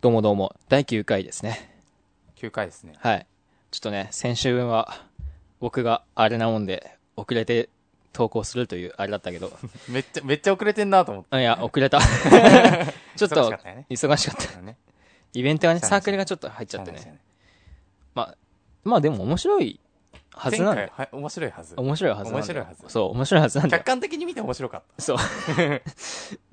どうもどうも、第9回ですね。 9回ですね。はい。ちょっとね、先週分は、僕があれなもんで、遅れて投稿するというあれだったけ ど、めっちゃ、めっちゃ遅れてんなと思っあいや、遅れ た。ちょっ忙しとかったよね、忙しかった。たね。イベントはね、そうなサーんですよクルがちょっと入っちゃってそうね。なんですまあ、まあでも面白いはずなよねん前だ回は面白いはず。面白いはずなんだよ面白いはずそう、面白いはずなんだよ客。観的に見て面白かっそう、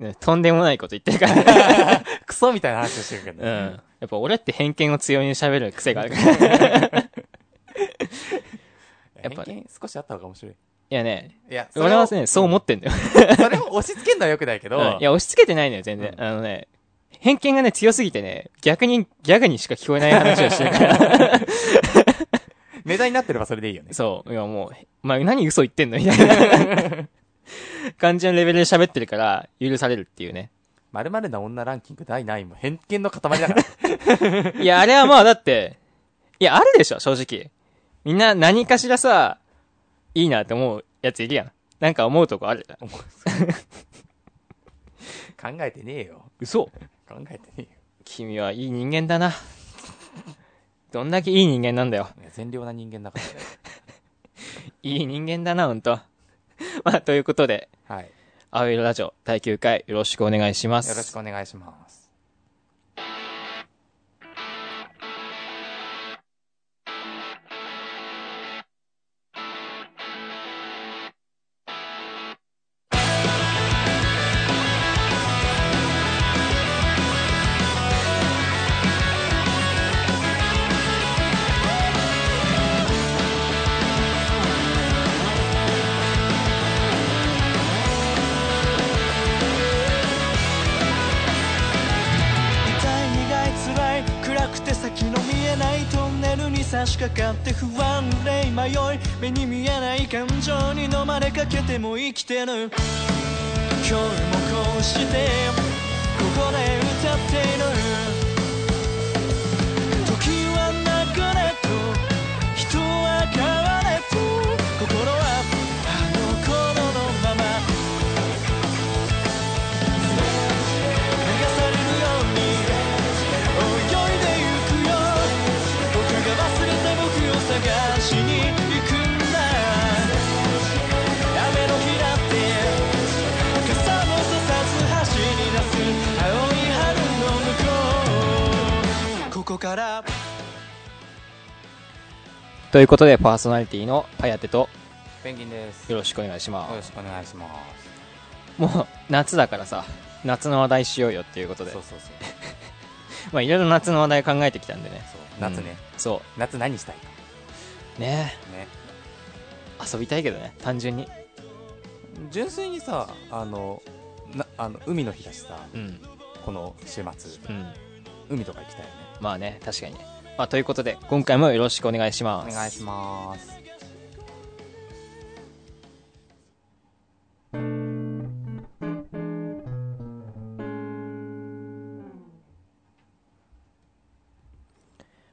ねとんでもないこと言ってるから。 た。クソみたいな話をしてるけどうん。ね。やっぱ俺って偏見を強めに喋る癖があるから。いやっぱね偏見少しあった方が面白い。やね、いや、そ俺れはを、ね、そう思ってんだよ。 それを押し付けるのは良くないけど、うんいや、押し付けてないのよ、全然。うんあのね、偏見がね、強すぎてね、逆にギャグにしか聞こえない話をしてる から。値段になってればそれでいいよね。そう。いや、もう、まあ、何嘘言ってんのみたいな。感じのレベルで喋ってるから、許されるっていうね。 〇〇な女ランキング第9位も偏見の塊 だから。いや、あれはまあ、だって、いや、あるでしょ、正直。みんな何かしらさ、いいなって思うやついるやん。なんか思うとこあるじゃん。考えてねえよ。嘘考えてねえよ。君はいい人間だな。どんだけいい人間なんだよ。いや善良な人間だかいい人間だな、ほんと。まあ、ということで、ら。はい。よアウェイラジオ第9回よろしくお願いします。ろしくお願いします。痛い苦い辛い暗くて先の見えないトンネルに差し掛かって不安で迷い目に見えない感情に飲まれかけても生きてる今日もこうしてここで歌っている時は流れと人は変われと心はあの頃のまま流されるように泳いでゆくよ僕が忘れた僕を探しに行くんだ雨の日だって傘もささず走り出す青い春の向こうここからということで、パーソナリティの颯とペンギンです。よよろしくお願いしまろす。しくお願いします。もう、夏だからさ、夏の話題しようよっていうことでそう、そうそう。まあ、いろいろ夏の話題考えてきたんでね。そう夏ね、うん。そ。夏何したいうねね。遊びたいけどね、単純に。純粋にさあのなあの海の日だしさうん。この週末うん。海とか行きたいよねまあね、確かにね。まあ、ということで、今回もよろしくお願いしおます。願いします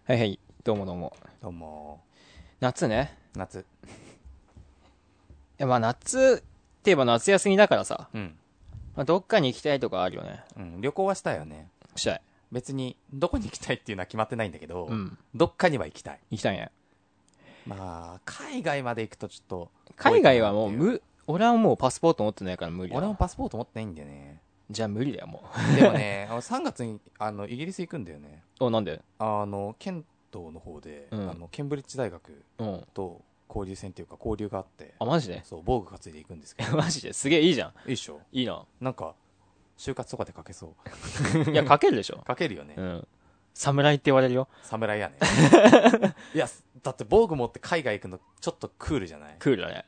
はいはい。どうもどうも。どうも夏ね。夏いや、まあ、夏って言えば夏休みだからさ、うん、まあ、どっかに行きたいとかあるよね。うん、旅行はしたいよねしたい。別にどこに行きたいっていうのは決まってないんだけど、うん。どっかには行きたい行きたいね。まあ海外まで行くとちょっと海外はもう無無、俺はもうパスポート持ってないから無理だ。俺もパスポート持ってないんだよねじゃあ無理だよ、もでもねあの3月にあのイギリス行くんだよね う。お、なんであのケントの方で、うんあのケンブリッジ大学うん。と交流戦っていうか交流があってあ、マジで そう防具担いでいくんですけどマジですげえいいじゃん。いいっしょいい な。なんか就活とかで書けそういや、かけるでしょ。書けるよね、うん。侍って言われるよ。侍 やねいやだって防具持って海外行くのちょっとクールじゃないクールだね。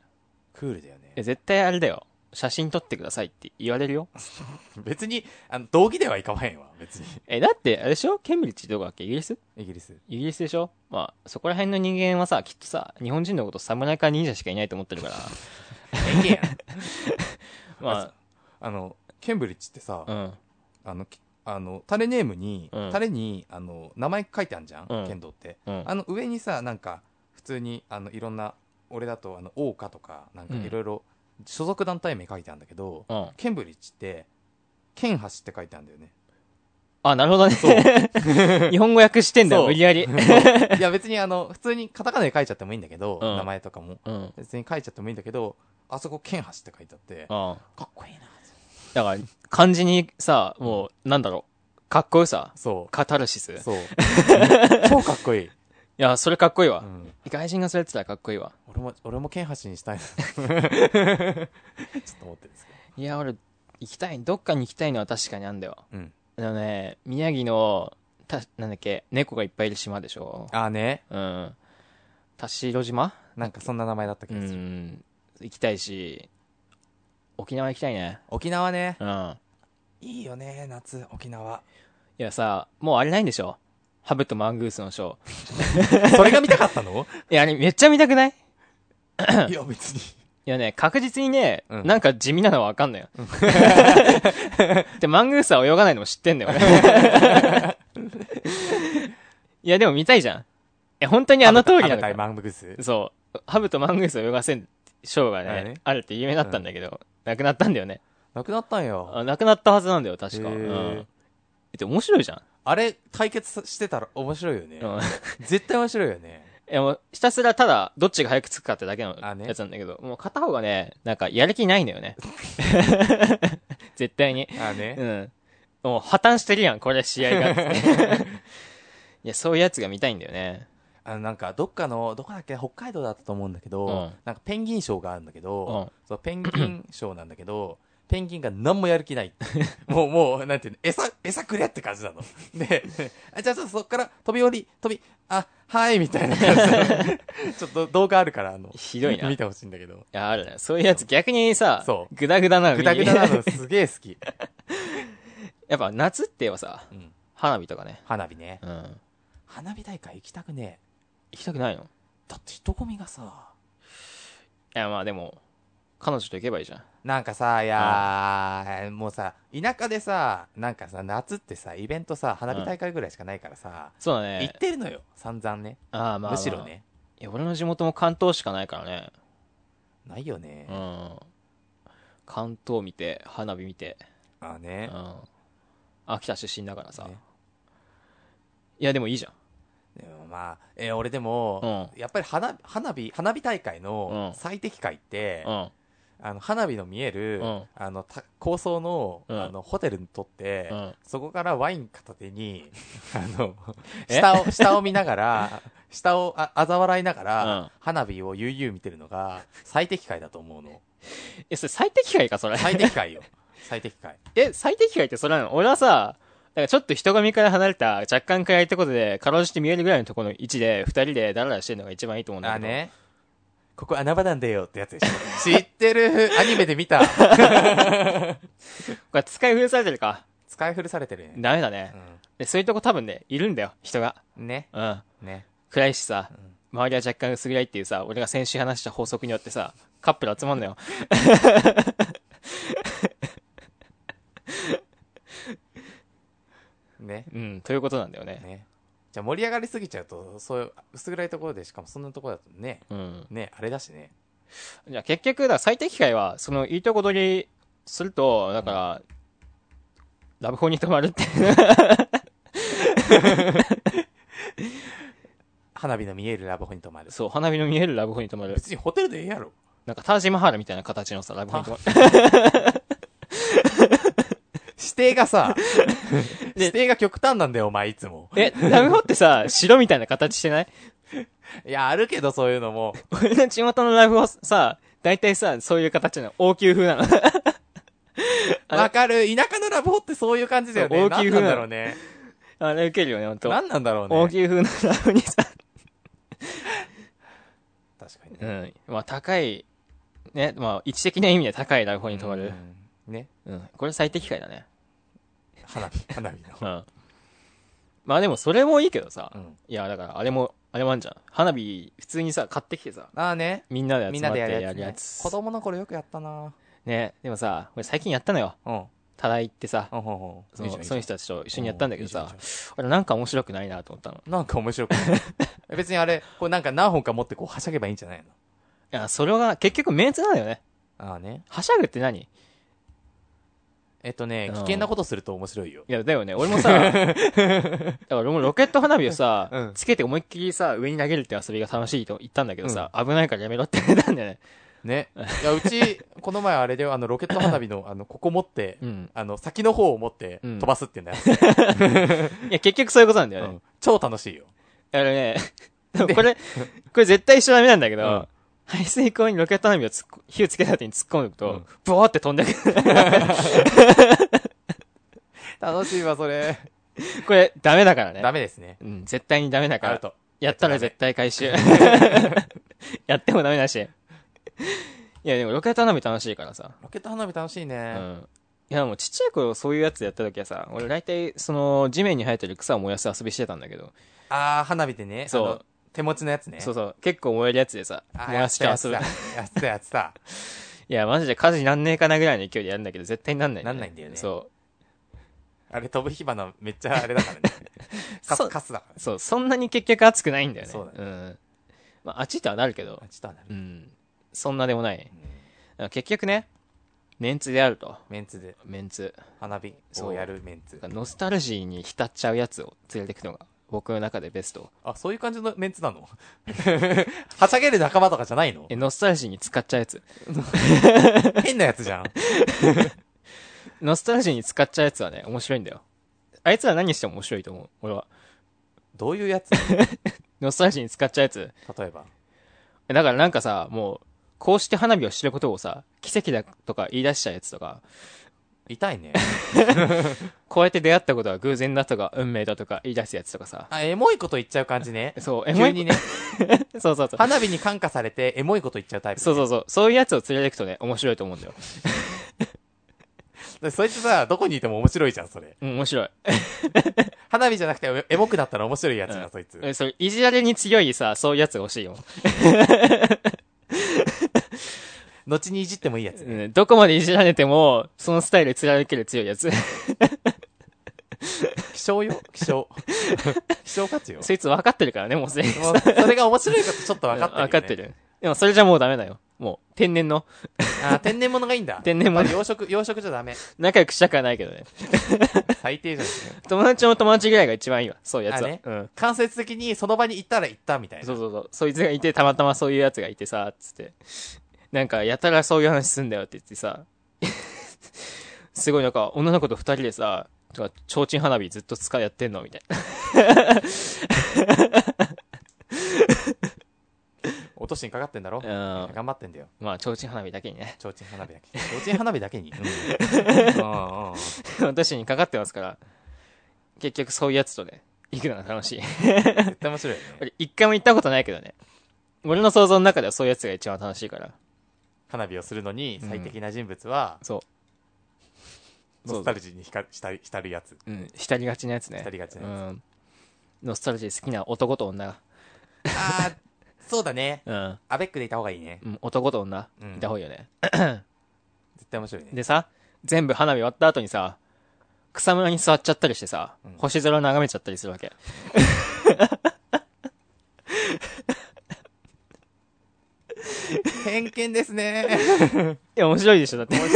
クールだよえ、ね絶対あれだよ。写真撮ってくださいって言われるよ。別にあの道義ではいかわへんわ別にえ、だって、あれでしょケンブリッジどこだっけイギリスイギリスイギリスでしょまあ、そこら辺の人間はさ、きっとさ、日本人のこと侍か忍者しかいないと思ってるから。 偏見やん まあのケンブリッジってさ、あ、うん。あのきあのタレネームに、うんタレにあの名前書いてあるじゃん、うん剣道って、うんあの上にさなんか普通にあのいろんな俺だとあの桜花とかなんかうんいろいろ所属団体名書いてあるんだけど、うん。 ケンブリッジって、ケンハシって書いてあるんだよね。 あ、なるほどね。 日本語訳してんだよ、そう無理 やり。いや別にあの、普通にカタカナで書いちゃってもいいんだけど、うん名前とかも。うん。別に書いちゃってもいいんだけど、あそこ、剣橋って書いてあって、あかっこいいな。だから、漢字にさ、もう、なんだろう。かっこよさ。そ。カタルシス。いう そう。超かっこいい。や、それかっこいいわ。うん外人がそれやってたらかっこいいわ。俺も、俺も剣橋 にしたいな。ちょっと思ってるんですけいや、俺、行きたい、どっかに行きたいのは確かにあんだよ。ど。うん。あのね、宮城の、た、なんだっけ、猫がいっぱいいる島でしょ。ああね。うん。田代島なんかそんな名前だった気うがする。ん。行きたいし、沖縄行きたいね。沖縄ね。うん。いいよね、夏、沖縄。いやさ、もうあれないんでしょハブとマングースのショー。 それが見たかったのいや、あれめっちゃ見たくないいや、別に。いやね、確実にね、うんなんか地味なのはわかんないよ。 で、マングースは泳がないのも知ってんだよ、俺 いや、でも見たいじゃん。え、本当にあの通りななののかか。マンググス。そう。ハブとマングースを泳がせんショーがあねれね、あるって有名だったんだけど、なくなったんだよね。なくなったんよ。あなくなったはずなんだよ、確か。へうーん。で、面白いじゃん。あれ、対決してたら面白いよねう。ん。絶対面白いよね。いやもう、ひたすらただ、どっちが早く着くかってだけのあねやつなんだけど、もう片方がね、なんか、やる気ないんだよ ね。絶対に。 ああうね。ん。もう破綻してるやん、これ試合が。 いや、そういうやつが見たいんだよね。あの、なんか、どっかの、どこだっけ、北海道だったと思うんだけど、うんなんかペンギン賞があるんだけど、うんそうペンギン賞なんだ けど、ペンギンが何もやる気ない。 もう、もう、なんていうの、餌、餌くれって感じなの。で、あじゃあちょっとそっから飛び降り、飛び、あ、はい、み たいな感じ。ちょっと動画あるから、あの、ひどいな見てほしいんだけど。いや、あるね。そういうやつ逆にさそ、うグダグダなのぐだぐだな見るのすげえ好き。 やっぱ夏って言えばさ、うん花火とかね。花火ね。うん。花火大会行きたくねえ。行きたくないのいだって人混みがさ、や、まあでも、彼女と行けばいいじゃん。なんかさ、いやー、もうさ、田舎でさ、なんかさ、夏ってさ、イベントさ、花火大会ぐらいしかないからさ、そうだ行ねっ。てるのよ、散々ね。あーまあ、まあ。むしろ。ね。いや、俺の地元も関東しかないからね。ないよねう。ん。関東見て、花火見て。ああうね。ん。秋田出身だからさね。いや、でもいいじゃん。でもまあ、えー俺でも、やっぱり花花火、花火大会のうん最適解って、うん。あの、花火の見える、うんあの、た高層の、うんあの、ホテルにとって、うんそこからワイン片 手に、あの、え下を、下を見ながら、 下をあ嘲笑いながら、うん花火を悠々見てるのが最適解だと思うの。え、それ最適解か、それ。最適 解よ。最適解。え、最適解ってそれなの俺はさ、なんかちょっと人混みから離れた、若干暗いところで、かろうじて見えるぐらいのところの位置で、二人でダラダラしてるのが一番いいと思うんだあけど。ね。ここ穴場なんだよってやつでしょ。知ってる。アニメで見た。これ使い古されてるか。使い古されてるね。ダメだね、で。そういうとこ多分ね、いるんだよ、人が。うん。ね。うん。ね。暗いしさ、周りは若干薄暗いっていうさ、俺が先週話した法則によってさ、カップル集まんのよ。ね。うん、ということなんだよね。ね。じゃあ盛り上がりすぎちゃうと、そういう薄暗いところで、しかもそんなところだとね、うん。ね、あれだしね。じゃあ結局、だから最適解は、そのいいとこ取りすると、だから、ラブホに泊まるって。花火の見えるラブホに泊まる。そう、花火の見えるラブホに泊まる。別にホテルでええやろ。なんか、タージマハールみたいな形のさ、ラブホに泊まる。 指定がさ、 で指定が極端なんだよ、お前いつも。え、ラブホって さ、城みたいな形してないいや、あるけど、そういうのも。俺の地元のラブホさ、大体さ、そういう形なの。王宮風なの。 れわかる。田舎のラブホってそういう感じだよね。そう大大ききいい風風ななんだのろうね。あれ受けるよね、ほんと。なんなんだろう王ね。宮風のラブホにさ、確かにうね。ん。まあ、高い、ね、まあ、位置的な意味で高いラブホに泊まる。うん。ね。うん。これ最適解だね。花火、花火の。うん。まあでも、それもいいけどさ。うん。いや、だから、あれも、あれもあんじゃん。花火、普通にさ、買ってきてさ、ああね。みんなでみ集んまなっでてややるるややつつ。ね。子供の頃よくやったなね、でもさ、俺最近やったのよ。うん。うんただ行ってさ、うんうんそいいじのゃんいいじそゃんの人たちと一緒にやったんだけどうんさいいじゃんいい、あれなんか面白くないなと思ったの。なんか面白くない 別にあれ、こうなんか何本か持ってこうはしゃげばいいんじゃないのいや、それが結局メンツなんだよね。ああね。はしゃぐって何えっとねうん危険なことすると面白いよいや、だよね。俺 もさ、だから俺もロケット花火をさ、うんつけて思いっきりさ、上に投げるって遊びが楽しいと言ったんだけどさ、危ないからやめろって言ったんだよね。 ねいやうちこの前あれであのロケット花火のあのここ持って、うんあの先の方を持ってうん飛ばすっていうのやつ、いや、結局そういうことなんだよね。うん超楽しいよあの ね、でもこれ、これ絶対一緒ダメなんだけど、うん排水口にロケット花火を突っ込火をつけた後に突っ込むと、うんブワーって飛んでくる。 楽しいわそれこれ、ダメだからね。ダメですねうん、絶対にダメだかあるら。とやったら絶対回 収。 やってもダメだし。いや、でもロケット花火楽しいからさ。ロケット花火楽しいねう、ん。いや、もうちっちゃい頃そういうやつやった時はさ、俺大体、その、地面に生えてる草を燃やす遊びしてたんだけど、ああ花火でねそうあの手持ちのやつねそうそう、結構燃えるやつでさ、あー燃やしてやって遊ぶた。やってたやってたいや、マジで火事なんねえかなぐらいの勢いでやるんだけど、絶対になんない、なんないんだよねそあれ飛ぶ火花めっちゃあれだ からねカそスうカスだからう。そう、そんなに結局熱くないんだよね。そうだねん。まあ、あっちとはなるけどあ、ちょっとはなる、うん。そんなでもない。だかうんら結局ね、メンツであると。メンツでメンツ。花火をやるメンツノスタルジーに浸っちゃうやつを連れてくのが、僕の中でベスト。あそういう感じのメンツなの はしゃげる仲間とかじゃないのえ、ノスタルジーに使っちゃうやつ。変なやつじゃんノスタルジーに使っちゃうやつはね、面白いんだよ。あいつら何しても面白いと思う、俺は。どういうやつノスタルジーに使っちゃうやつ。例えばえだからなんかさ、もう、こうして花火を知ることをさ、奇跡だとか言い出しちゃうやつとか、痛いねこうやって出会ったことは偶然だとか、運命だとか言い出すやつとかさ。あエモいこと言っちゃう感じねそう、エモ急い。にねそうそうそう。花火に感化されてエモいこと言っちゃうタイプねそうそうそう。そういうやつを連れてくとね、面白いと思うんだよ。でそいつさどこにいても面白いじゃんそれうん、面白い。花火じゃなくてエモくなったら面白いやつが、うんそいつえ、それ、いじられに強いさ、そういうやつが欲しいよ。後にいじってもいいやつ、うん、どこまでいじられても、そのスタイル貫ける強いやつ。希少よ 希少希少価値よそいつ分かってるからね、もうすでに。もうそれが面白いことちょっと分かってる、ね、分かってる。でもそれじゃもうダメだよ。もう、天然の。あー天然物がいいんだ天然物やっぱり養殖養殖じゃダメ仲良くしたくはないけどね。最低じゃん友達の友達ぐらいが一番いいわ。そういうやつは。あねうん。間接的にその場に行ったら行ったみたいそうなそうそう。そいつがいて、たまたまそういうやつがいてさ、つって。なんか、やたらそういう話すんだよって言ってさ。 すごいなんか、女の子と二人でさ、とか、提灯花火ずっと使いやってんのみたいな。落としにかかってんだろうん頑張ってんだよ まあ、提灯花火だけにね。 提灯花火だけ提灯花火だけに、うんうんうん私にかかってますから。結局そういうやつとね、行くのが楽しい。 絶対面白いよね俺、一回も行ったことないけどね。俺の想像の中ではそういうやつが一番楽しいから。花火をするのに最適な人物は、そう。ノスタルジーに浸る浸る浸るやつうん、浸りがちなやつね。浸りがちなやうん。ノスタルジー好きな男と女が。ああそうだねうん。アベックでいた方がいいねうん、男と女うん、いた方がいいよね。絶対面白いねでさ、全部花火終わった後にさ、草むらに座っちゃったりしてさ、星空を眺めちゃったりするわけ。偏見ですねいや、面白いでしょ、だって。面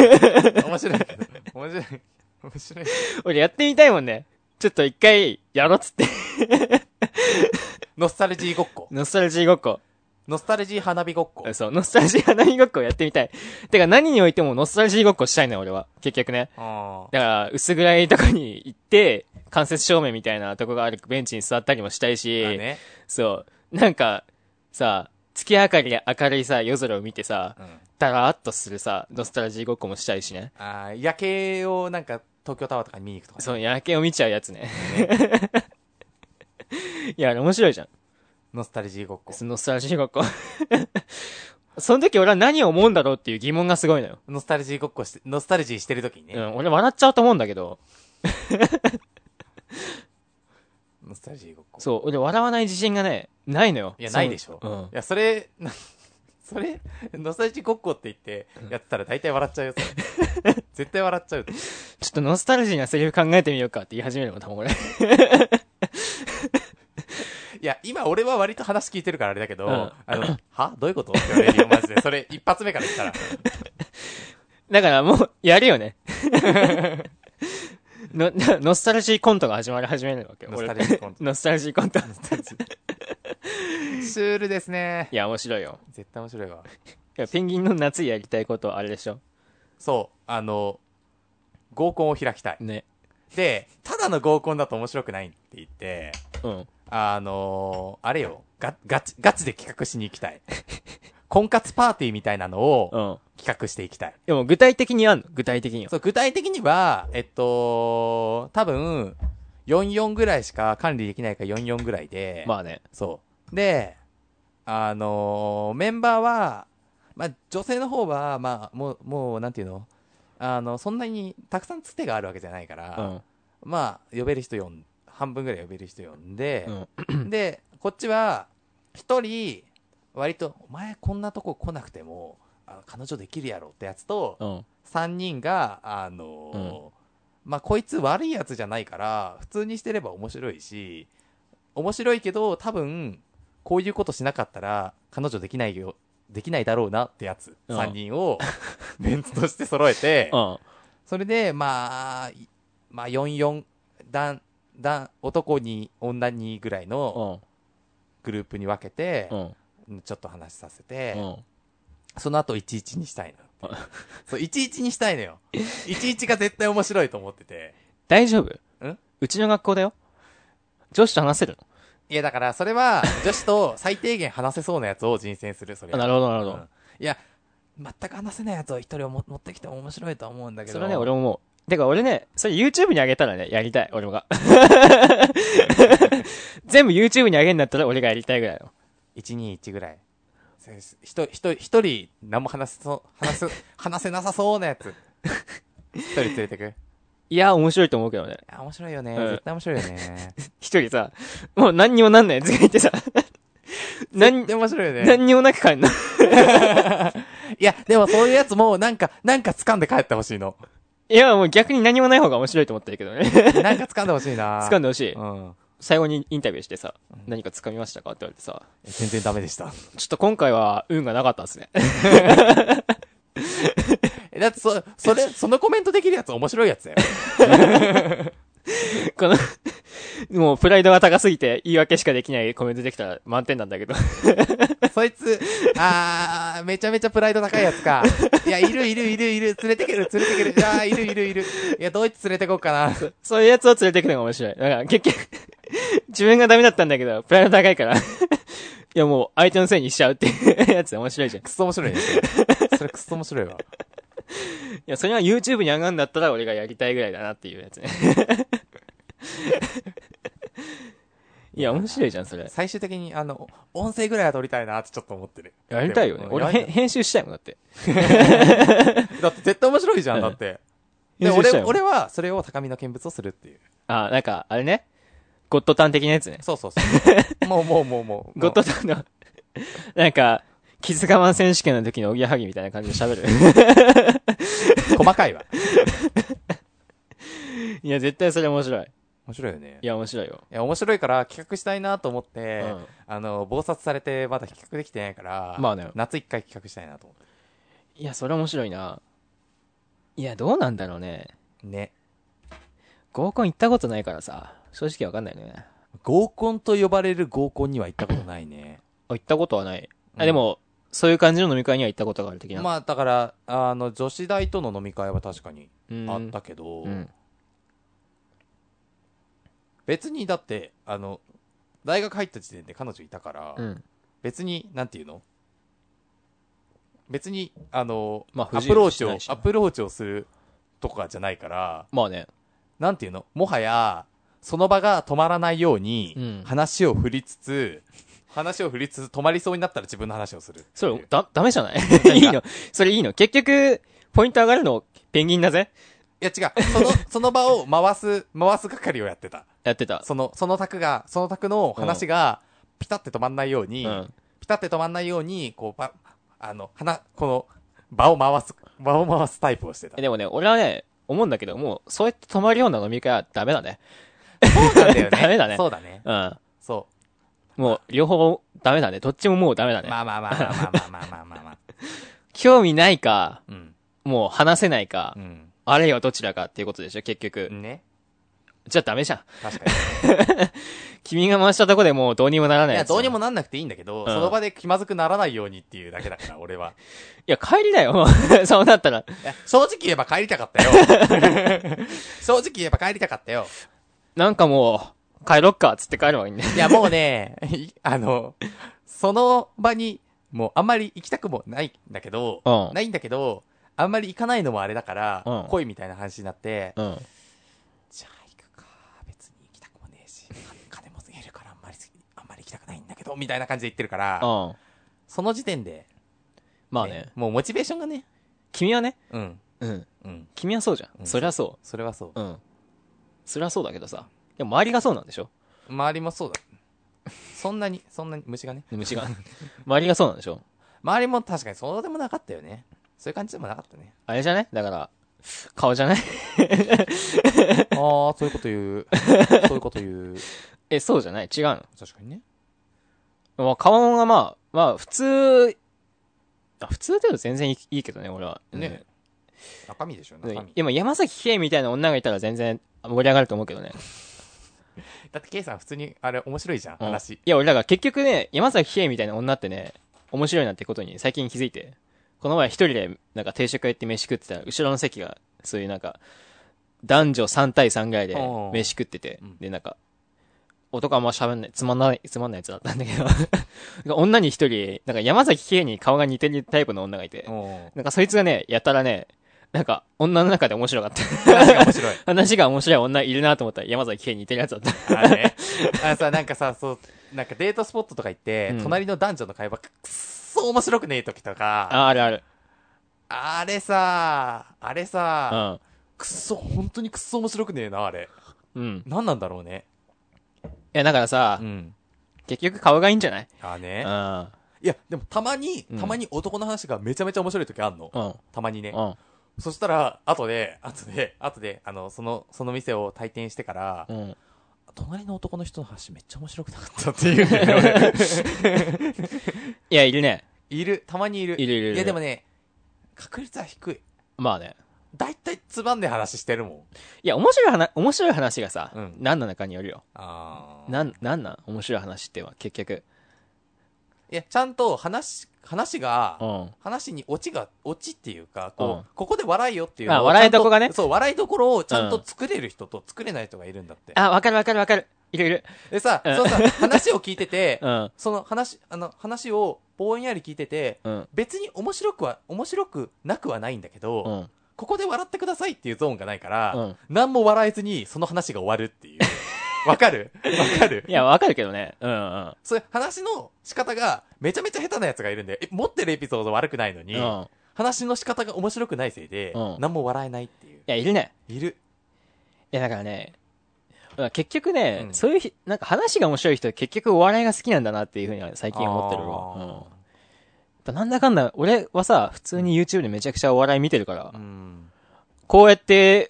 白いけど面白い面 白い俺やってみたいもんね。ちょっと一回、やろうっつって。 ノスタルジーごっこノスタルジーごっこ。ノスタルジー花火ごっこそう、ノスタルジー花火ごっこをやってみたい。てか何においてもノスタルジーごっこしたいのよ、俺は。結局ね。あーだから、薄暗いとこに行って、間接照明みたいなとこがあるベンチに座ったりもしたいし、だねそう。なんか、さ、月明かりが明るいさ、夜空を見てさ、うんだらーっとするさ、ノスタルジーごっこもしたいしね。あー夜景をなんか東京タワーとかに見に行くとかねその夜景を見ちゃうやつね。 いや、あれ面白いじゃん。ノスタルジーごっこそのノスタルジーごっこ。 その時俺は何を思うんだろうっていう疑問がすごいのよ。ノスタルジーごっこしてノスタルジーしてる時にね、うん、俺笑っちゃうと思うんだけど、ノスタルジーごっこそう、俺笑わない自信がね、ないのよ。いやないでしょ、そのいやそれ なそれノスタルジーごっこって言ってやってたら大体笑っ ちゃうよそれ絶対笑っちゃうちょっとノスタルジーなセリフ考えてみようかって言い始めるもん、多分俺。 いや今俺は割と話聞いてるからあれだけど、うんあのはどういうことって言われるよマジでそれ一発目から言ったらだからもう、やるよね。 の、 ノスタルジーコントが始まり始めるわけ。ノスタルジーコント 俺ノスタルジーコント。い シュールですね。や、面白いよ。絶対面白いわ。いや、ペンギンの夏やりたいことはあれでしょ。そう、あの、合コンを開きたい。ね。で、ただの合コンだと面白くないって言って、うん。あのあれよ、ガガチ、ガチで企画しに行きた い。婚活パーティーみたいなのうをん。企画していきたい。でも具体的にあんの具体的には。そう、具体的には、えっと、多分、44ぐらいしか管理できないから44ぐらいで、まあね。そう。で、あのーメンバーは、まあ、女性の方は、まあ、もう、もう、なんていうのあの、そんなにたくさんつてがあるわけじゃないかうら、ん。まあ、呼べる人呼ん、半分ぐらい呼べる人呼んで、うん。で、こっちは、一人、割と、お前こんなとこ来なくても、あの彼女できるやろってやつと、うん。 3人が、あのーまあ、こいつ悪いやつじゃないから、普通にしてれば面白いし、面白いけど、多分、こういうことしなかったら、彼女できないよ、できないだろうなってやつ、うん3人を、メンツとして揃えて、うん。それで、まあ、いまあ、44、男、男、男に女にぐらいのうん。グループに分けてう、ん。ちょっと話させて、うん。その後11にしたいの。そう、11にしたいのよ。11が絶対面白いと思ってて。大丈夫んうちの学校だよ。女子と話せるいや、だから、それは、女子と最低限話せそうなやつを人選する、それのあは。なるほど、なるほうんど。いや、全く話せないやつを一人をも持ってきても面白いと思うんだけど。それはね、俺も思う。てか俺ね、それ YouTube に上げたらね、やりたい、俺 が。全部 YouTube に上げんだったら俺がやりたいぐらいの。 121ぐらい。せひと、ひと、一人、何も話せそう、話 す、話せなさそうなやつ。一人連れてく。いいや、面白いと思うけどね。や、面白いよね。うん絶対面白い よね。一人さ、もう何にもなんないやつがいてさ、何絶、対面白いよね。何にもなく帰んの。いや、でもそういうやつも、なんか、なんか掴んで帰ってほしいの。いや、もう逆に何もない方が面白いと思ってるけどね。 なんか掴んでほしいな。 掴んでほしい。うん。最後にインタビューしてさ、何か掴みましたかって言われてさ、全然ダメでした。ちょっと今回は運がなかったですね。 えだって、そ、それ、そのコメントできるやつ面白いやつだよ。この、もうプライドが高すぎて言い訳しかできないコメントできたら満点なんだけど。 そいつ、あー、めちゃめちゃプライド高いやつか。いや、いるいるいるいる。連れてける、連れてける。あー、いるいるいる。いや、ドイツ連れてこうかな。そういうやつを連れてくのが面白い。だから結局、 自分がダメだったんだけど、プライド高いから。い やもう相手のせいにしちゃうっていうやつ面白いじゃん。いくっそ面白いね。それくっそ面白いわ。や、それは YouTube に上がるんだったら俺がやりたいぐらいだなっていうやつ ね。いや、面白いじゃん、それ。最終的に、あの、音声ぐらいは撮りたいなってちょっと思ってる。やりたいよねで。も俺、やりへん編集したいもん、だって。たいだって絶対面白いじゃん、だって。で、編集俺したい、もん俺は、それを高みの見物をするっていう。あ、なんか、あれね。ゴッドタン的なやつね。そうそう そう。もうもうもうもう。ゴッドタンの、 なんか、キズカマン選手権の時のおぎやはぎみたいな感じで喋る。 細かいわ。いや、絶対それ面白い。面白いよね。いや、面白いよ。いや、面白いから企画したいなと思って、うんあの、暴殺されてまだ企画できてないから、まあね夏一回企画したいなと思っいや、それ面白いな。いや、どうなんだろうね。て。ね。合コン行ったことないからさ、正直わかんないね。合コンと呼ばれる合コンには行ったことないね。あ、行ったことはない。うあ、んでも、そういう感じの飲み会には行ったことがある的な。まあ、だから、あの、女子大との飲み会は確かにうんあったけど、うん。別にだって、あの、大学入った時点で彼女いたから、うん。別に、なんていうの別に、あの、まあ不ア自プ由ロもーしてチなをいし、なアプローチをするとかじゃないから、まあね。なんていうのもはや、その場が止まらないよううんに、話を振りつつ、 話を振りつつ、止まりそうになったら自分の話をする。そっていれう、だ、ダメじゃないが いいのそれいいの結局、ポイント上がるの、ペンギンだぜいや違う。その、 その場を回す、回す係をやってた。やってた。その、その卓が、その卓の話が、ピタって止まんないように、うんピタって止まんないように、こう、ば、あの、話、この、場を回す、場を回すタイプをしてたえ。でもね、俺はね、思うんだけど、もう、そうやって泊まるような飲み会はダメだね。そうなんだ よね。ダメだねそうだね。うん。そもう、両方ダメだね。どっちももうダメだう。ね。まあまあまあまあまあまあまあまあまあまあ。興味ないか、うん。もう話せないかう、ん。あるいはどちらかっていうことでしょ、結局。ね。じゃあダメじゃん。確かに。君が回したとこでもうどうにもならないいや、やつ。どうにもなんなくていいんだけど、んその場で気まずくならないようにっていうだけだ から、俺は。いや、帰りだよ、も うそうなったら。いや正直言えば帰りたかった よ。正直言えば帰りたかったよ。なんかもう、帰ろっか、つって帰るわけね。いや、もうね、いあの、その場に、もうあんまり行きたくもないんだけど、うんないんだけど、あんまり行かないのもあれだから、うん恋みたいな話になって、うん。じゃあ行くか、別に行きたくもねえし、金もすぎるからあんまり、あんまり行きたくないんだけど、みたいな感じで言ってるから、うん。その時点で、まあね。もうモチベーションがね、君はね、うん、うん。うん、君はそうじゃん。うんそりゃそそれはそうう。。うん。そりゃそうだけどさ。でも周りがそうなん でしょ周りもそうだ。そんなに、そんなに、虫がね。虫が。周りがそうなんでしょ周りも確かにそうでもなかったよね。そういう感じでもなかったね。あれじゃないだから、顔じゃない ああ、そういうこと言う。そういうこと言う。 え、そうじゃない違うの確かにね。まあ、顔がまあ、まあ、普通、あ普通でも全然いいいいけどね、俺は。ね。中身でしょ、うん。中身。でも山崎圭みたいな女がいたら全然盛り上がると思うけどね。だって、ケイさん普通に、あれ面白いじゃん、うん話い。や、俺だから結局ね、山崎平みたいな女ってね、面白いなってことに最近気づいて。この前一人で、なんか定食屋行って飯食ってたら、後ろの席が、そういうなんか、男女3対3ぐらいでおうおう飯食っててうん、で、なんか、男あんま喋んない、つまんない、つまんないやつだったんだけど、なん か女に一人、なんか山崎平に顔が似てるタイプの女がいて、うん。なんかそいつがね、やたらね、なんか、女の中で面白かった。 話が面白い。話が面白い女いるなと思ったら、山崎平に似てるやつだった。あれ ね。あさ、なんかさ、そう、なんかデートスポットとか行って、うん隣の男女の会話、くっそ面白くねえ時とか、あ、あるある。あれさ、あれうん。さ、くっそ、本当にくっそ面白くねえな、あれ。うん。何なんだろうね。いや、だからさ、うん。結局顔がいいんじゃないあーね。ういや、でもたまに、うんたまに男の話がめちゃめちゃ面白い時あんの。ん。うん。たまにね。うん。そしたら、後で、後で、後で、あの、その、その店を退店してから、うん。隣の男の人の話めっちゃ面白くなかったっていう、ね、 俺いや、いるね。いる、たまにいる。いるいるいるや、でもね、確率は低い。まあね。だいたいつまんねえ話してるもん。いや、面白い話、面白い話がさ、うん何なのかによるよ。あーなん、なんなん面白い話っては、結局。いや、ちゃんと話、話が、うん。話にオチが、オチっていうか、こう、うんここで笑いよっていうのをあ笑いどこがねちゃんそう、笑いどころをちゃんと作れる人と作れない人がいるんだって。あ、わかるわかるわかる。いるいる。でさ、うんそうさ、話を聞いてて、 うん。その話、あの、話をぼんやり聞いてて、うん。別に面白くは、面白くなくはないんだけど、うん。ここで笑ってくださいっていうゾーンがないから、うん何も笑えずにその話が終わる っていう。わかるわかるいや、わかるけどね。うんうん。そういう話の仕方がめちゃめちゃ下手なやつがいるんで、え持ってるエピソード悪くないのに、うん。話の仕方が面白くないせいで、うん何も笑えないっていう。いや、いるね。いる。いや、だからね、まあ結局ね、うんそういうひ、なんか話が面白い人、結局お笑いが好きなんだなっていうふうには最近思ってるわ。うん。やっぱなんだかんだ、俺はさ、普通に YouTube でめちゃくちゃお笑い見てるから、あーうん。こうやって、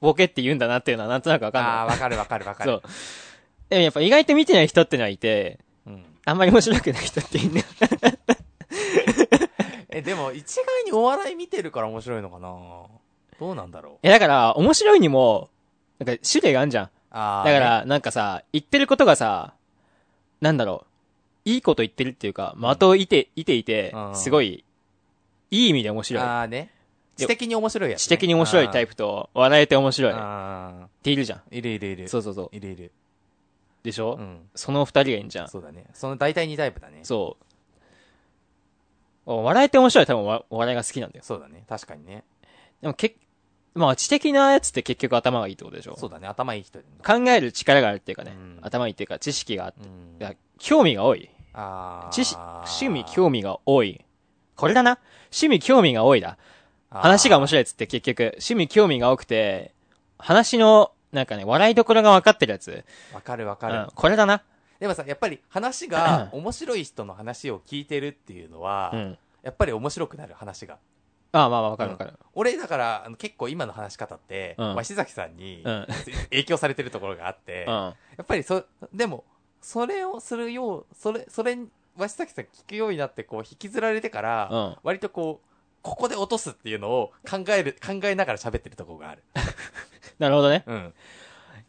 ボケって言うんだなっていうのはなんとなくわかんああー、なわかるわかるわい。かそるう。。でもやっぱ意外と見てない人ってのはいて、うんあんまり面白くない人ってい るね。え、でも、一概にお笑い見てるから面白いのかなどうなんだろうえ、だから、面白いにも、なんか種類があんじゃん。あだーから、なんかさ、言ってることがさ、なんだろう、いいこと言ってるっていうか、的をいて、いていてう、んすごい、いい意味で面ね、白い。あーね。知的に面白いやつ、ね。知的に面白いタイプ。プと、笑えて面白い。っあているじゃん。ーいるいるいる。そうそうそう。いるいる。でしょうん。その二人がいいんじゃん。そうだね。その大体2タイプだね。そそう。笑えて面白いは多分わお笑いが好きなんだよ。うだね。確かにね。でもけ、まあ知的なやつって結局頭がいいってことでしょそうだね。頭いい人だね。考える力があるっていうかね、うん頭いいっていうか知識があって、うんいや興味が多い。あー知識、趣味、興味が多い。これだな。趣味、興味が多いだ。話が面白いやつって結局、趣味、興味が多くて、話の、なんかね、笑いどころが分かってるやつ。あーわかるわうかる、ん、これだな。でもさ、やっぱり話が面白い人の話を聞いてるっていうのは、うん。やっぱり面白くなる話が。ああ、まあまあ、分かる分かる。俺、だから、あの結構今の話し方って、うん鷲崎さんに、うん影響されてるところがあって、うやん。っぱりそ、でも、それをするよう、それ、それに、鷲崎さん聞くようになって、こう、引きずられてから、うん割とこう、ここで落とすっていうのを考える、考えながら喋ってるとこがある。なるほどね。 うん。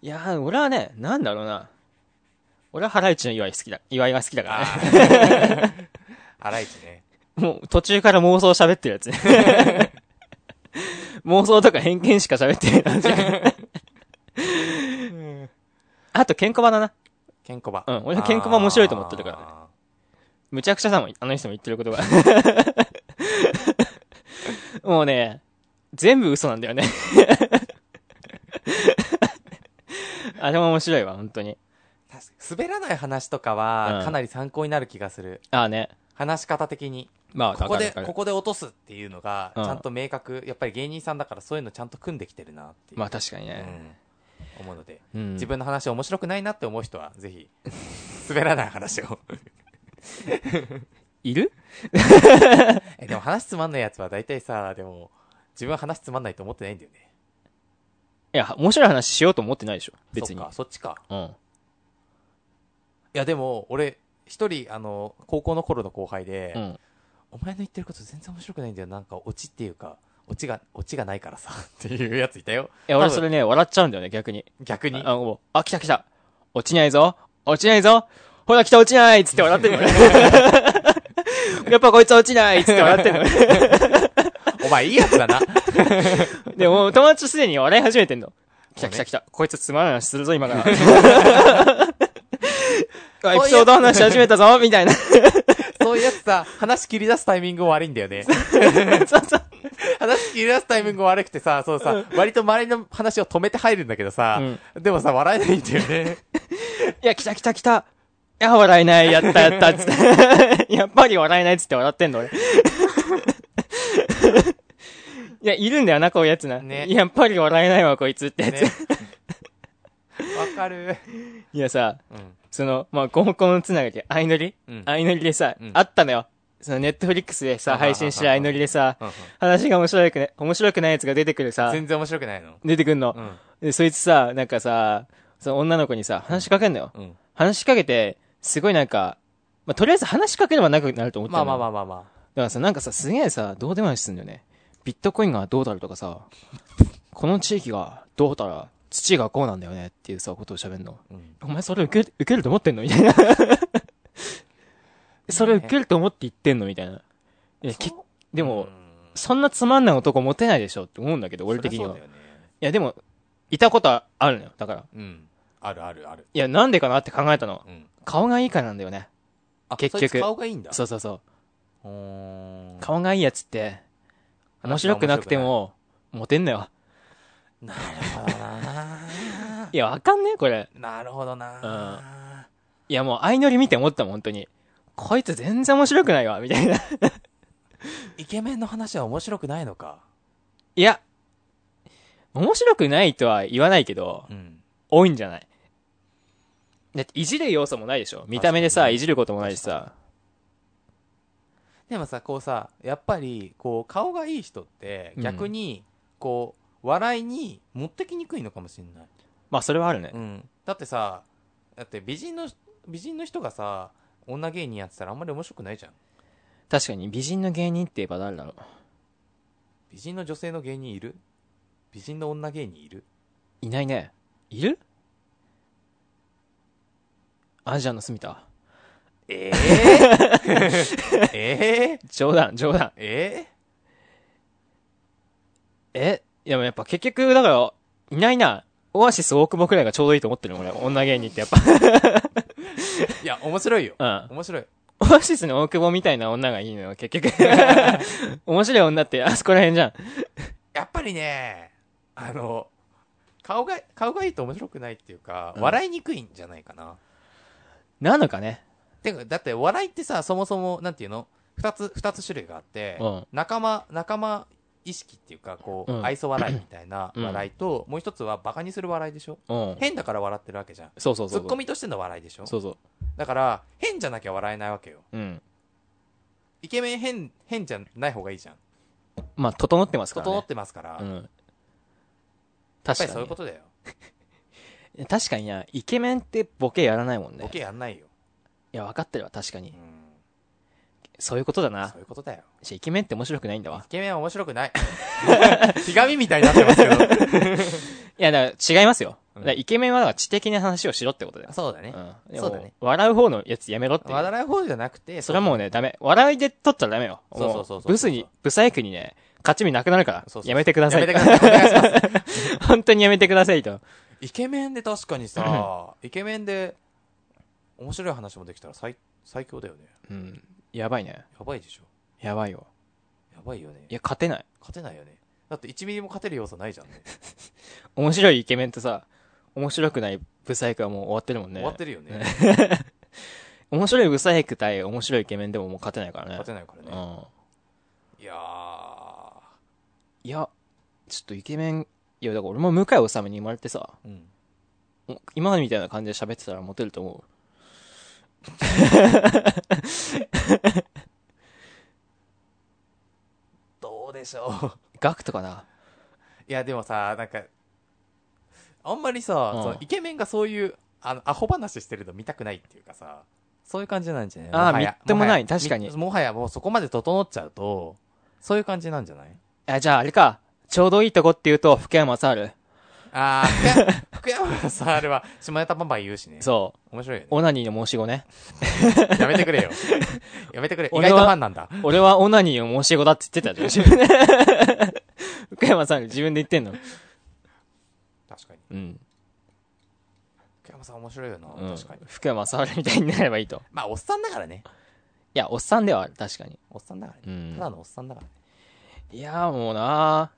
いやー、俺はね、なんだろうな。俺はハライチの岩井好きだ、岩井が好きだからね。ああ。 荒いちね。もう途中から妄想喋ってるやつね。 妄想とか偏見しか喋ってない感じ。あと、ケンコバだな。ケンコバ。うん俺はケンコバ面白いと思ってるからねあむちゃくちゃさもん、あの人も言ってることが。もうね、全部嘘なんだよね。あれも面白いわ、本当に。ー確かに滑らない話とかうは、んかなり参考になる気がする。ああね。話し方的に。まあ、ここで、わかるわかこるこで落とすっていうのが、ちうんゃんと明確。やっぱり芸人さんだからそういうのちゃんと組んできてるなっていう。まあ確かにうね。ん。思うので、うん自分の話面白くないなって思 う人は、ぜひ、滑らない話を。 いるえ、でも話つまんないやつは大体さ、でも、自分は話つまんないと思ってないんだよね。いや、面白い話しようと思ってないでしょ。別に。そっか、そっちか。うん。いや、でも、俺、一人、あの、高校の頃の後輩で、うん。お前の言ってること全然面白くないんだよ。なんか、オチっていうか、オチが、オチがないからさ、 っていうやついたよ。いや、俺それね、笑っちゃうんだよね、逆に。逆に。あ、もう、あ、来た来た。落ちないぞ。落ちないぞ。ほら来た落ちないっつ って笑ってんのね。やっぱこいつは落ちないっつって笑ってんの ね。お前、いいやつだな。でも、友達とすでに笑い始めてんの。来た来た来た。こいつつまらない話するぞ、今から。 あ エピソード話し始めたぞ、みたいな。そういうやつさ、話切り出すタイミング悪いんだよね。 話切り出すタイミング悪くてさ、そうさ、割と周りの話を止めて入るんだけどさ、でもさ、笑えないんだよね。いや、来た来た来た。いや、笑えない。やったやった。つって。 やっぱり笑えないっつって笑ってんの、俺。い や、いるんだよな、こういうやつな。ねやっぱり笑えないわ、こいつってやつ。 ねわかる。いやさ、うん。その、まあ、合コンつながりで、相乗り、うん相乗りでさ、うんあったのよ。その、ネットフリックスではさ、ははは配信してる相乗りでさうんうん、話が面白くね、面白くないやつが出てくるさ、全然面白くないの。出てくんの、うん。で、そいつさ、なんかさ、その女の子にさ、話しかけんのよ。うん。話しかけて、すごいなんか、まあ、とりあえず話しかければなくなると思ってまあまあまあ。あまあまあ。だからさ、なんかさ、すげえさ、どうでもいい話すんだよね。ビットコインがどうだろうとかさ、この地域がどうだら、土がこうなんだよねっていうさ、ことを喋んの。うん。お前それ受け、受けると思ってんのみたい な。それ受けると思って言ってんのみたいな。いやきでも、そんなつまんない男モテないでしょって思うんだけど、俺的には。いそりゃそうだよねや、でも、いたことはあるのよ。だから。うん。あるあるある。いや、なんでかなって考えたの。うん。顔がいいからなんだよね。あ結局そいつ顔がいいんだ。そうそうそう。うーん。顔がいいやつって、話が面白くなくても、モテんのよ。なるほど な。いや、わかんねえこれ。なるほどな。いや、もう、相乗り見て思ったもん、本当に。こいつ全然面白くないわ、みたいな。 イケメンの話は面白くないのか。いや、面白くないとは言わないけど、うん。多いんじゃないだって、いじる要素もないでしょ見た目で確さ、かにいじることもないしさ。でもさ、こうさ、やっぱり、こう、顔がいい人って、逆に、こう、笑いに持ってきにくいのかもしれない。まあ、それはあるねう。ん。だってさ、だって美人の、美人の人がさ、女芸人やってたらあんまり面白くないじゃん。確かに、美人の芸人って言えば誰だろう美人の女性の芸人いる美人の女芸人いるいないね。いるアジアの住田。ええ え冗談、冗談。えええいや、やっぱ結局、だから、いないな。オアシス大久保くらいがちょうどいいと思ってるの俺、女芸人ってやっえいや、面白いよ。ぱ。 うん。面白い。オアシスの大久保みたいな女がいいのよ、 結局。面白い女って、あそこら辺じゃん。やっぱりね、あの、顔が、顔がいいと面白くないっていうか、うん笑いにくいんじゃないかな。なのかね。てか、だって笑いってさ、そもそも、なんていうの二つ、二つ種類があって、うん仲間、仲間意識っていうか、こう、うん愛想笑いみたいなうん笑いと、もう一つはバカにする笑いでしょうん。変だから笑ってるわけじゃん。そうそうツそうそう。ッコミとしての笑いでしょそうそだから、変じゃなきゃ笑えないわけよ。う。うん。イケメン変、変じゃない方がいいじゃん。まあ、整ってますからね。整ってますから、うやっん。ぱ確りかそういにうこ。とだよ。確かにな、イケメンってボケやらないもんね。ボケやんないよ。いや、分かってるわ、確かにう。んそういうことだなそう。いうことだよ。じゃあイケメンって面白くないんだわイ。ケメンは面白くない。 ひがみみたいになってますけど。いや、だから違いますよ。うんだからイケメンはだから知的な話をしろってことだよ。 そうだね。うん。でそうだもね笑う方のやつやめろっていう。笑う方じゃなくて、それはもうね、ダメ。笑いで取ったらダメよ。そうそうそうそうもブスに、ブサイクにね、勝ち目なくなるから。そうそうそうやめてください。やめてくださいお願いしま す。本当にやめてくださいと。イケメンで確かにさ、イケメンで、面白い話もできたら最、最強だよね。うん。やばいね。やばいでしょ。やばいよ。やばいよねい。や、勝てない。勝てないよね。だって1ミリも勝てる要素ないじゃんね。面白いイケメンとさ、面白くないブサイクはもう終わってるもんね。終わってるよね。面白いブサイク対面白いイケメンでももう勝てないからね。勝てないからね。うん。いやー。いや、ちょっとイケメン、いや、だから俺も向井治に生まれてさ、うん。お今みたいな感じで喋ってたらモテると思どうでしょう。う。ガクトかな。いや、でもさ、なんか、あんまりさ、うんそのイケメンがそういう、あの、アホ話してるの見たくないっていうかさ、そういう感じなんじゃないあーもはやみっともないはや確かにみもはやもうそこまで整っちゃうと、そういう感じなんじゃないあ、じゃああれか。ちょうどいいとこって言うと、福山雅治。ああ、福山雅治は、下ネタバンバン言うしね。そう。面白いよね。オナニーの申し子ね。やめてく れよ。やめてくれ。意俺外はとファンなんだ。俺はオナニーの申し子だって言ってたじゃん、自分で。 福山さん自分で言ってんの。確かに。うん。福山さん面白いよな、うん確かに。福山雅治みたいになればいいと。まあ、おっさんだからね。いや、おっさんではある、確かに。おっさんだからうね。んただのおっさんだからね。いや、もうな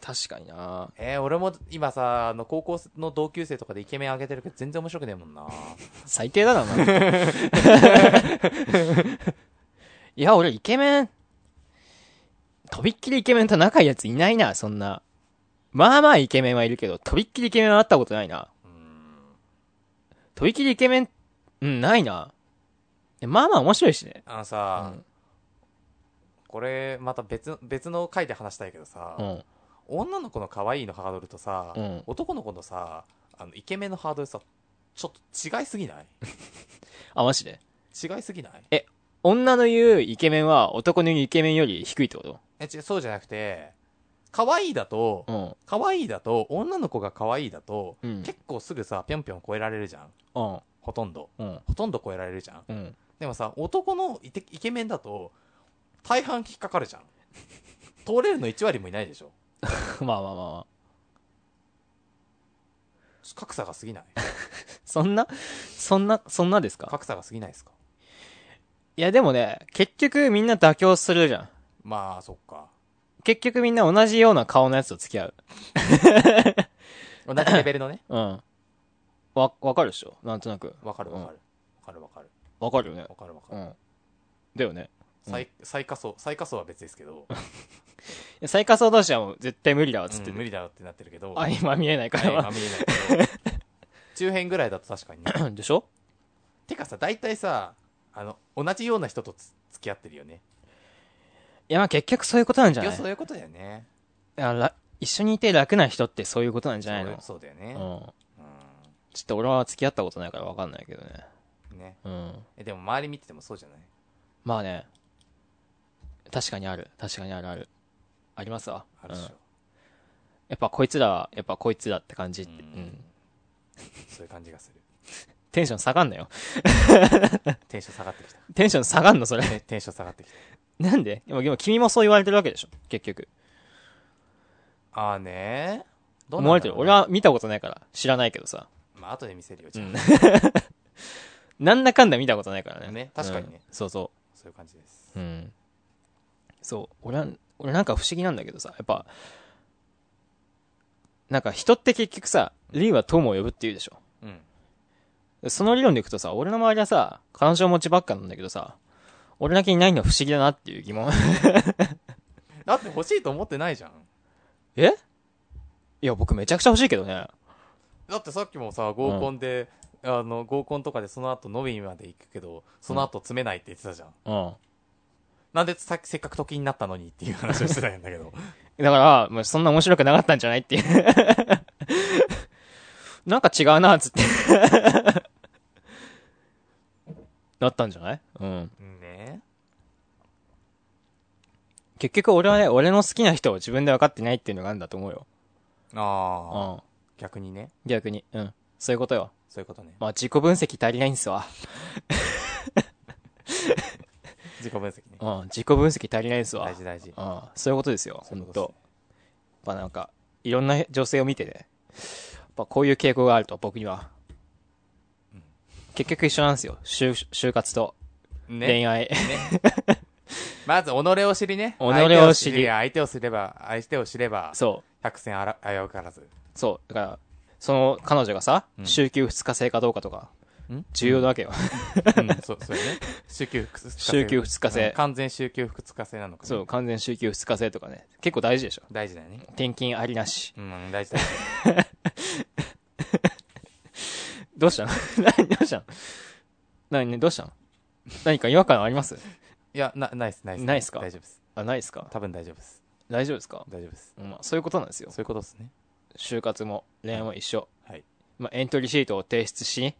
確かになえー、俺も今さ、あの、高校の同級生とかでイケメン上げてるけど全然面白くねえ もんな。最低だな、お前。いや、俺、イケメン、とびっきりイケメンと仲いいやついないな、そんな。まあまあイケメンはいるけど、とびっきりイケメンは会ったことないな。とびっきりイケメン、うん、ないな。でまあまあ面白いしね。あのさ、これ、また別、別の回で話したいけどさ、うん。女の子の可愛いのハードルとさ、うん男の子のさ、あの、イケメンのハードルさ、ちょっと違いすぎないあ、マジで。違いすぎない女の言うイケメンは男の言うイケメンより低いってこえ、ちそうじゃなくて、可愛いだと、と可愛いだと、女の子が可愛いだと、うん結構すぐさ、ぴょんぴょん超えられるじゃん。うん。ほとんど。うん。ほとんど超えられるじゃん。うん。 でもさ、男のイテイケメンだと、大半引っかかるじゃん。 通れるの1割もいないでしょ。うん。まあまあまあまあ。格差が過ぎない。そんな、そんな、そんなですか格差が過ぎないですか。いやでもね、結局みんな妥協するじゃん。まあ、そっか。結局みんな同じような顔のやつと付き合う。同じレベルのね。うん。わ、わかるでしょなんとなく。わかるわかる。る。わかるわかる。わかるよね。わかるわかうる。ん。だよね。最最下層、最下層は別ですけ ど、いや最下層同士はもう絶対無理だわ、つって、うん無理だろってなってるけど、あ、今見えないからはいまあは。見えないけど中辺ぐらいだと確かにね。 でしょてかさ、大体さ、あの、同じような人とつ付き合ってるよね。いやまあ結局そういうことなんじゃいなや、いそういうことだよね。あら一緒にいて楽な人ってそういうことなんじゃないのそうそうだようね。ん。うちょっと俺は付き合ったことないからわかんないけどね。ん。ね。うん。えでも周り見ててもそうじゃないまあね。確かにある。確かにあるある。ありますわ。あるでしょ、うんやっぱこいつらは、やっぱこいつらって感じって。ううんん。そういう感じがするテンション下がんなよ。テンション下がってきた、テンション下がんのそれ。ね、テンション下がってきなんででも、でも君もそう言われてるわけでしょ結局。たああねど思われてる。俺は、は見たことないから。知らないけどさ。まあ後で見せるよじゃあ、うんそなんだかんだ見たことないからね。ね確かにねうんそうそういう感じですう。うん。そう。俺は、俺なんか不思議なんだけどさ。やっぱ、なんか人って結局さ、リーは友を呼ぶって言うでしょうんその理論でいくとさ、俺の周りはさ、感情持ちばっかなんだけどさ、俺だけいないのは不思議だなっていう疑問。だって欲しいと思ってないじゃんえいや、僕めちゃくちゃ欲しいけどね。だってさっきもさ合コンで、あの合コンとかでその後飲みにまで行くけどその後詰めないって言ってたじゃん、うん。なんでさせっかく時になったのにっていう話をしてたんだけどだから、まあ、そんな面白くなかったんじゃないっていう。 なんか違うな、つって。なったんじゃないうん。 ね結局俺はね、俺の好きな人を自分で分かってないっていうのがあるんだと思うよ。うああ、ん。逆にね。逆に。うん。そういうことよ。そういうことね。まあ自己分析足りないんですわ。自己分析ね。うん。自己分析足りないんですわ。大事大事。うん。そういうことですよ。そうい本うこ当やっとぱなんか、いろんな女性を見てね。やっぱこういう傾向があると、僕には。結局一緒なんですよ。就、就活とですね。恋愛。 まず、己を知りね。己を知り相手を知り相手を知れば、相手を知れば、そう。百戦あら危うからず。そう。だから、その彼女がさ、うん週休2日制かどうかとか ん、重要なわけよ。うん、そう、そうやね。週休2日制。週休二日制うん完全週休2日制なのか、ね。そう、。完全週休2日制とかね。結構大事でしょ。大事だよね。転勤ありなし。うん、大事だよね。どうしたの 何どうしたの何ねどうしたの何か違和感ありますいや、な、ないっす、ないっす。ないっすか大丈夫です。あ、ないですか多分大丈夫です。大丈夫ですか大丈夫です。まあ、そういうことなんですよそ。ういうことですね。就活も恋愛も一緒。はい。まあ、エントリーシートを提出し、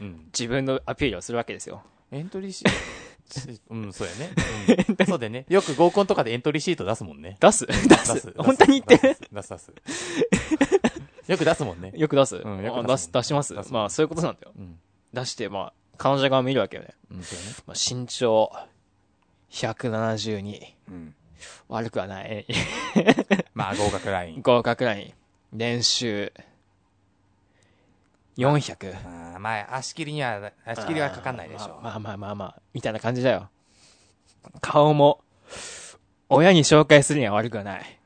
うん。自分のアピールをするわけですよ。エントリーシー ト。うん、そうやね。うん、そうだよね。よく合コンとかでエントリーシート出すもんね。出す 出出す本当に言ってる出す出す。出すよく出すもんね。よく出す、うんよあ出く出すす、出します出。すまあ、そういうことなんだよ。うん。出して、まあ、彼女側見るわけよね。うん、そうやね。まあ、身長、172。うん。悪くはない。まあ、合格ライン。合格ライン。年収、400。あーまあ、足切りには、足切りはかかんないでしょう。まあまあまあまあ、みたいな感じだよ。顔も、親に紹介するには悪くは ない。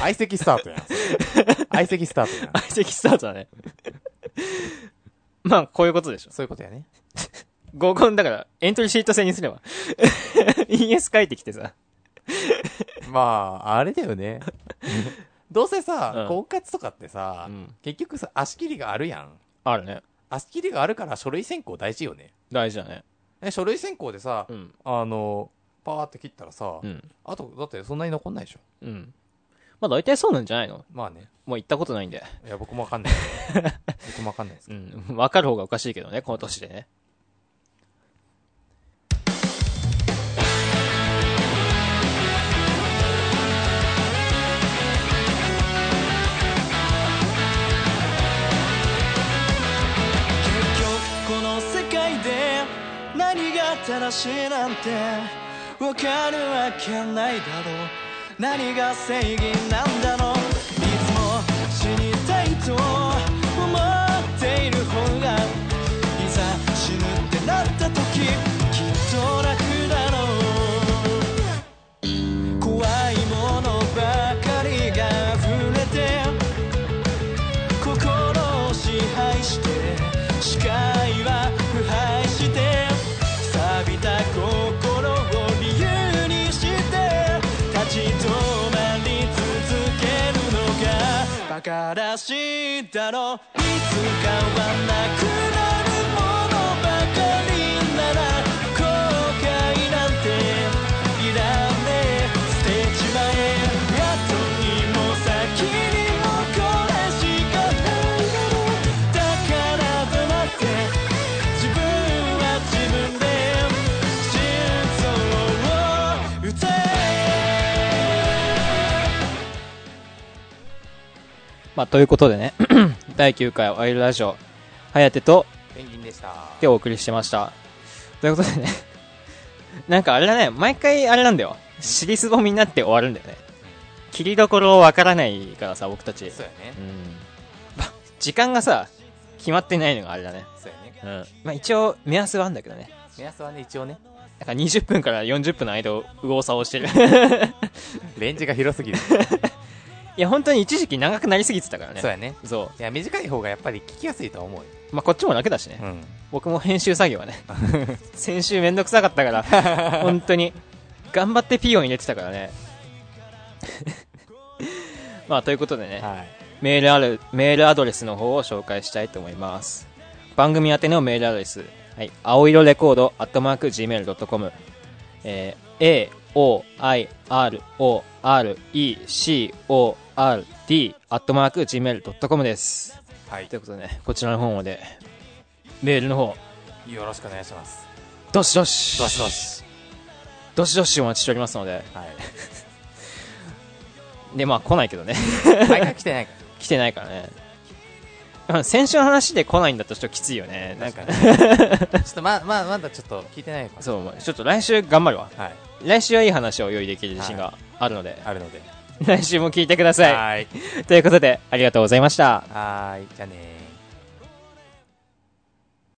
相席スタートや ん。相席スタートやん。相席スタートだね。 まあ、こういうことでしょ。そういうことやね。合コンだから、エントリーシート制にすれば。ES 書いてきてさ。まあ、あれだよね。どうせさ、うん婚活とかってさ、うん結局さ、足切りがあるやん。あるね。足切りがあるから書類選考大事よね。大事だね。ね書類選考でさ、うん。あの、パーって切ったらさ、うん。あと、だってそんなに残んないでしょ。うん。まあ大体そうなんじゃないのまあね。もう行ったことないんで。いや、僕もわか んない。僕もわかんないですうけど。ん。わかる方がおかしいけどね、この年でね。結局この世界で何が正しいなんてわかるわけないだろう何が正義なんだろういつも死にたいと思っている方がいざ死ぬってなった時きっと楽だろう怖いものばかりが溢れて心を支配して視界は腐敗して錆びた心を理由にして立ち止まり続けるのが馬鹿らしいだろいつかはなくなるものばかりなら後悔なんていらねえ捨てちまえ後にも先にもこれしかないだろうだから黙って自分は自分で心臓を打てまあ、ということでね、 第9回ワイルドラジオ、はやてと、ペンギンでした。でお送りしてました。ということでね、 なんかあれだね、毎回あれなんだよ。尻すぼみになって終わるんだよね。切りどころわからないからさ、僕たち。そうやねう。ん。まあ時間がさ、決まってないのがあれだね。そうやね。うん。まあ一応、目安はあんだけどね。目安はね、一応ね、だから20分から40分の間を右往左往してる。 レンジが広すぎる。いや、本当に一時期長くなりすぎてたからね。そうやね。そいや、短い方がやっぱり聞きやすいとは思うよ。う。まあこっちも楽だしね。うん。僕も編集作業は ね先週めんどくさかったから本当に頑張ってピーヨン入れてたからね まあということでねはい。メールあるメールアドレスの方を紹介したいと思います番組宛てのメールアドレス、はい、青色レコードアットマーク Gmail.com、えー、AOIRORECORD アットマーク Gmail.com ですはいとい。うことでねこちらの方までメールの方よろしくお願いします。どしどしどしどし。どしどしお待ちしておりますので。はい。で、まあ来ないけどね。 毎回来てないか来てないからね。うん先週の話で来ないんだったらちょっときついよね。なら。んか、確かに。ちょっとま、ま、まだちょっと聞いてないのかそう、まあちょっと来週頑張るわ。ら。はい。来週はいい話を用意できる自信があるので、あるので。来週も聞いてください。はい。ということで、ありがとうございました。はーい。じゃあねー。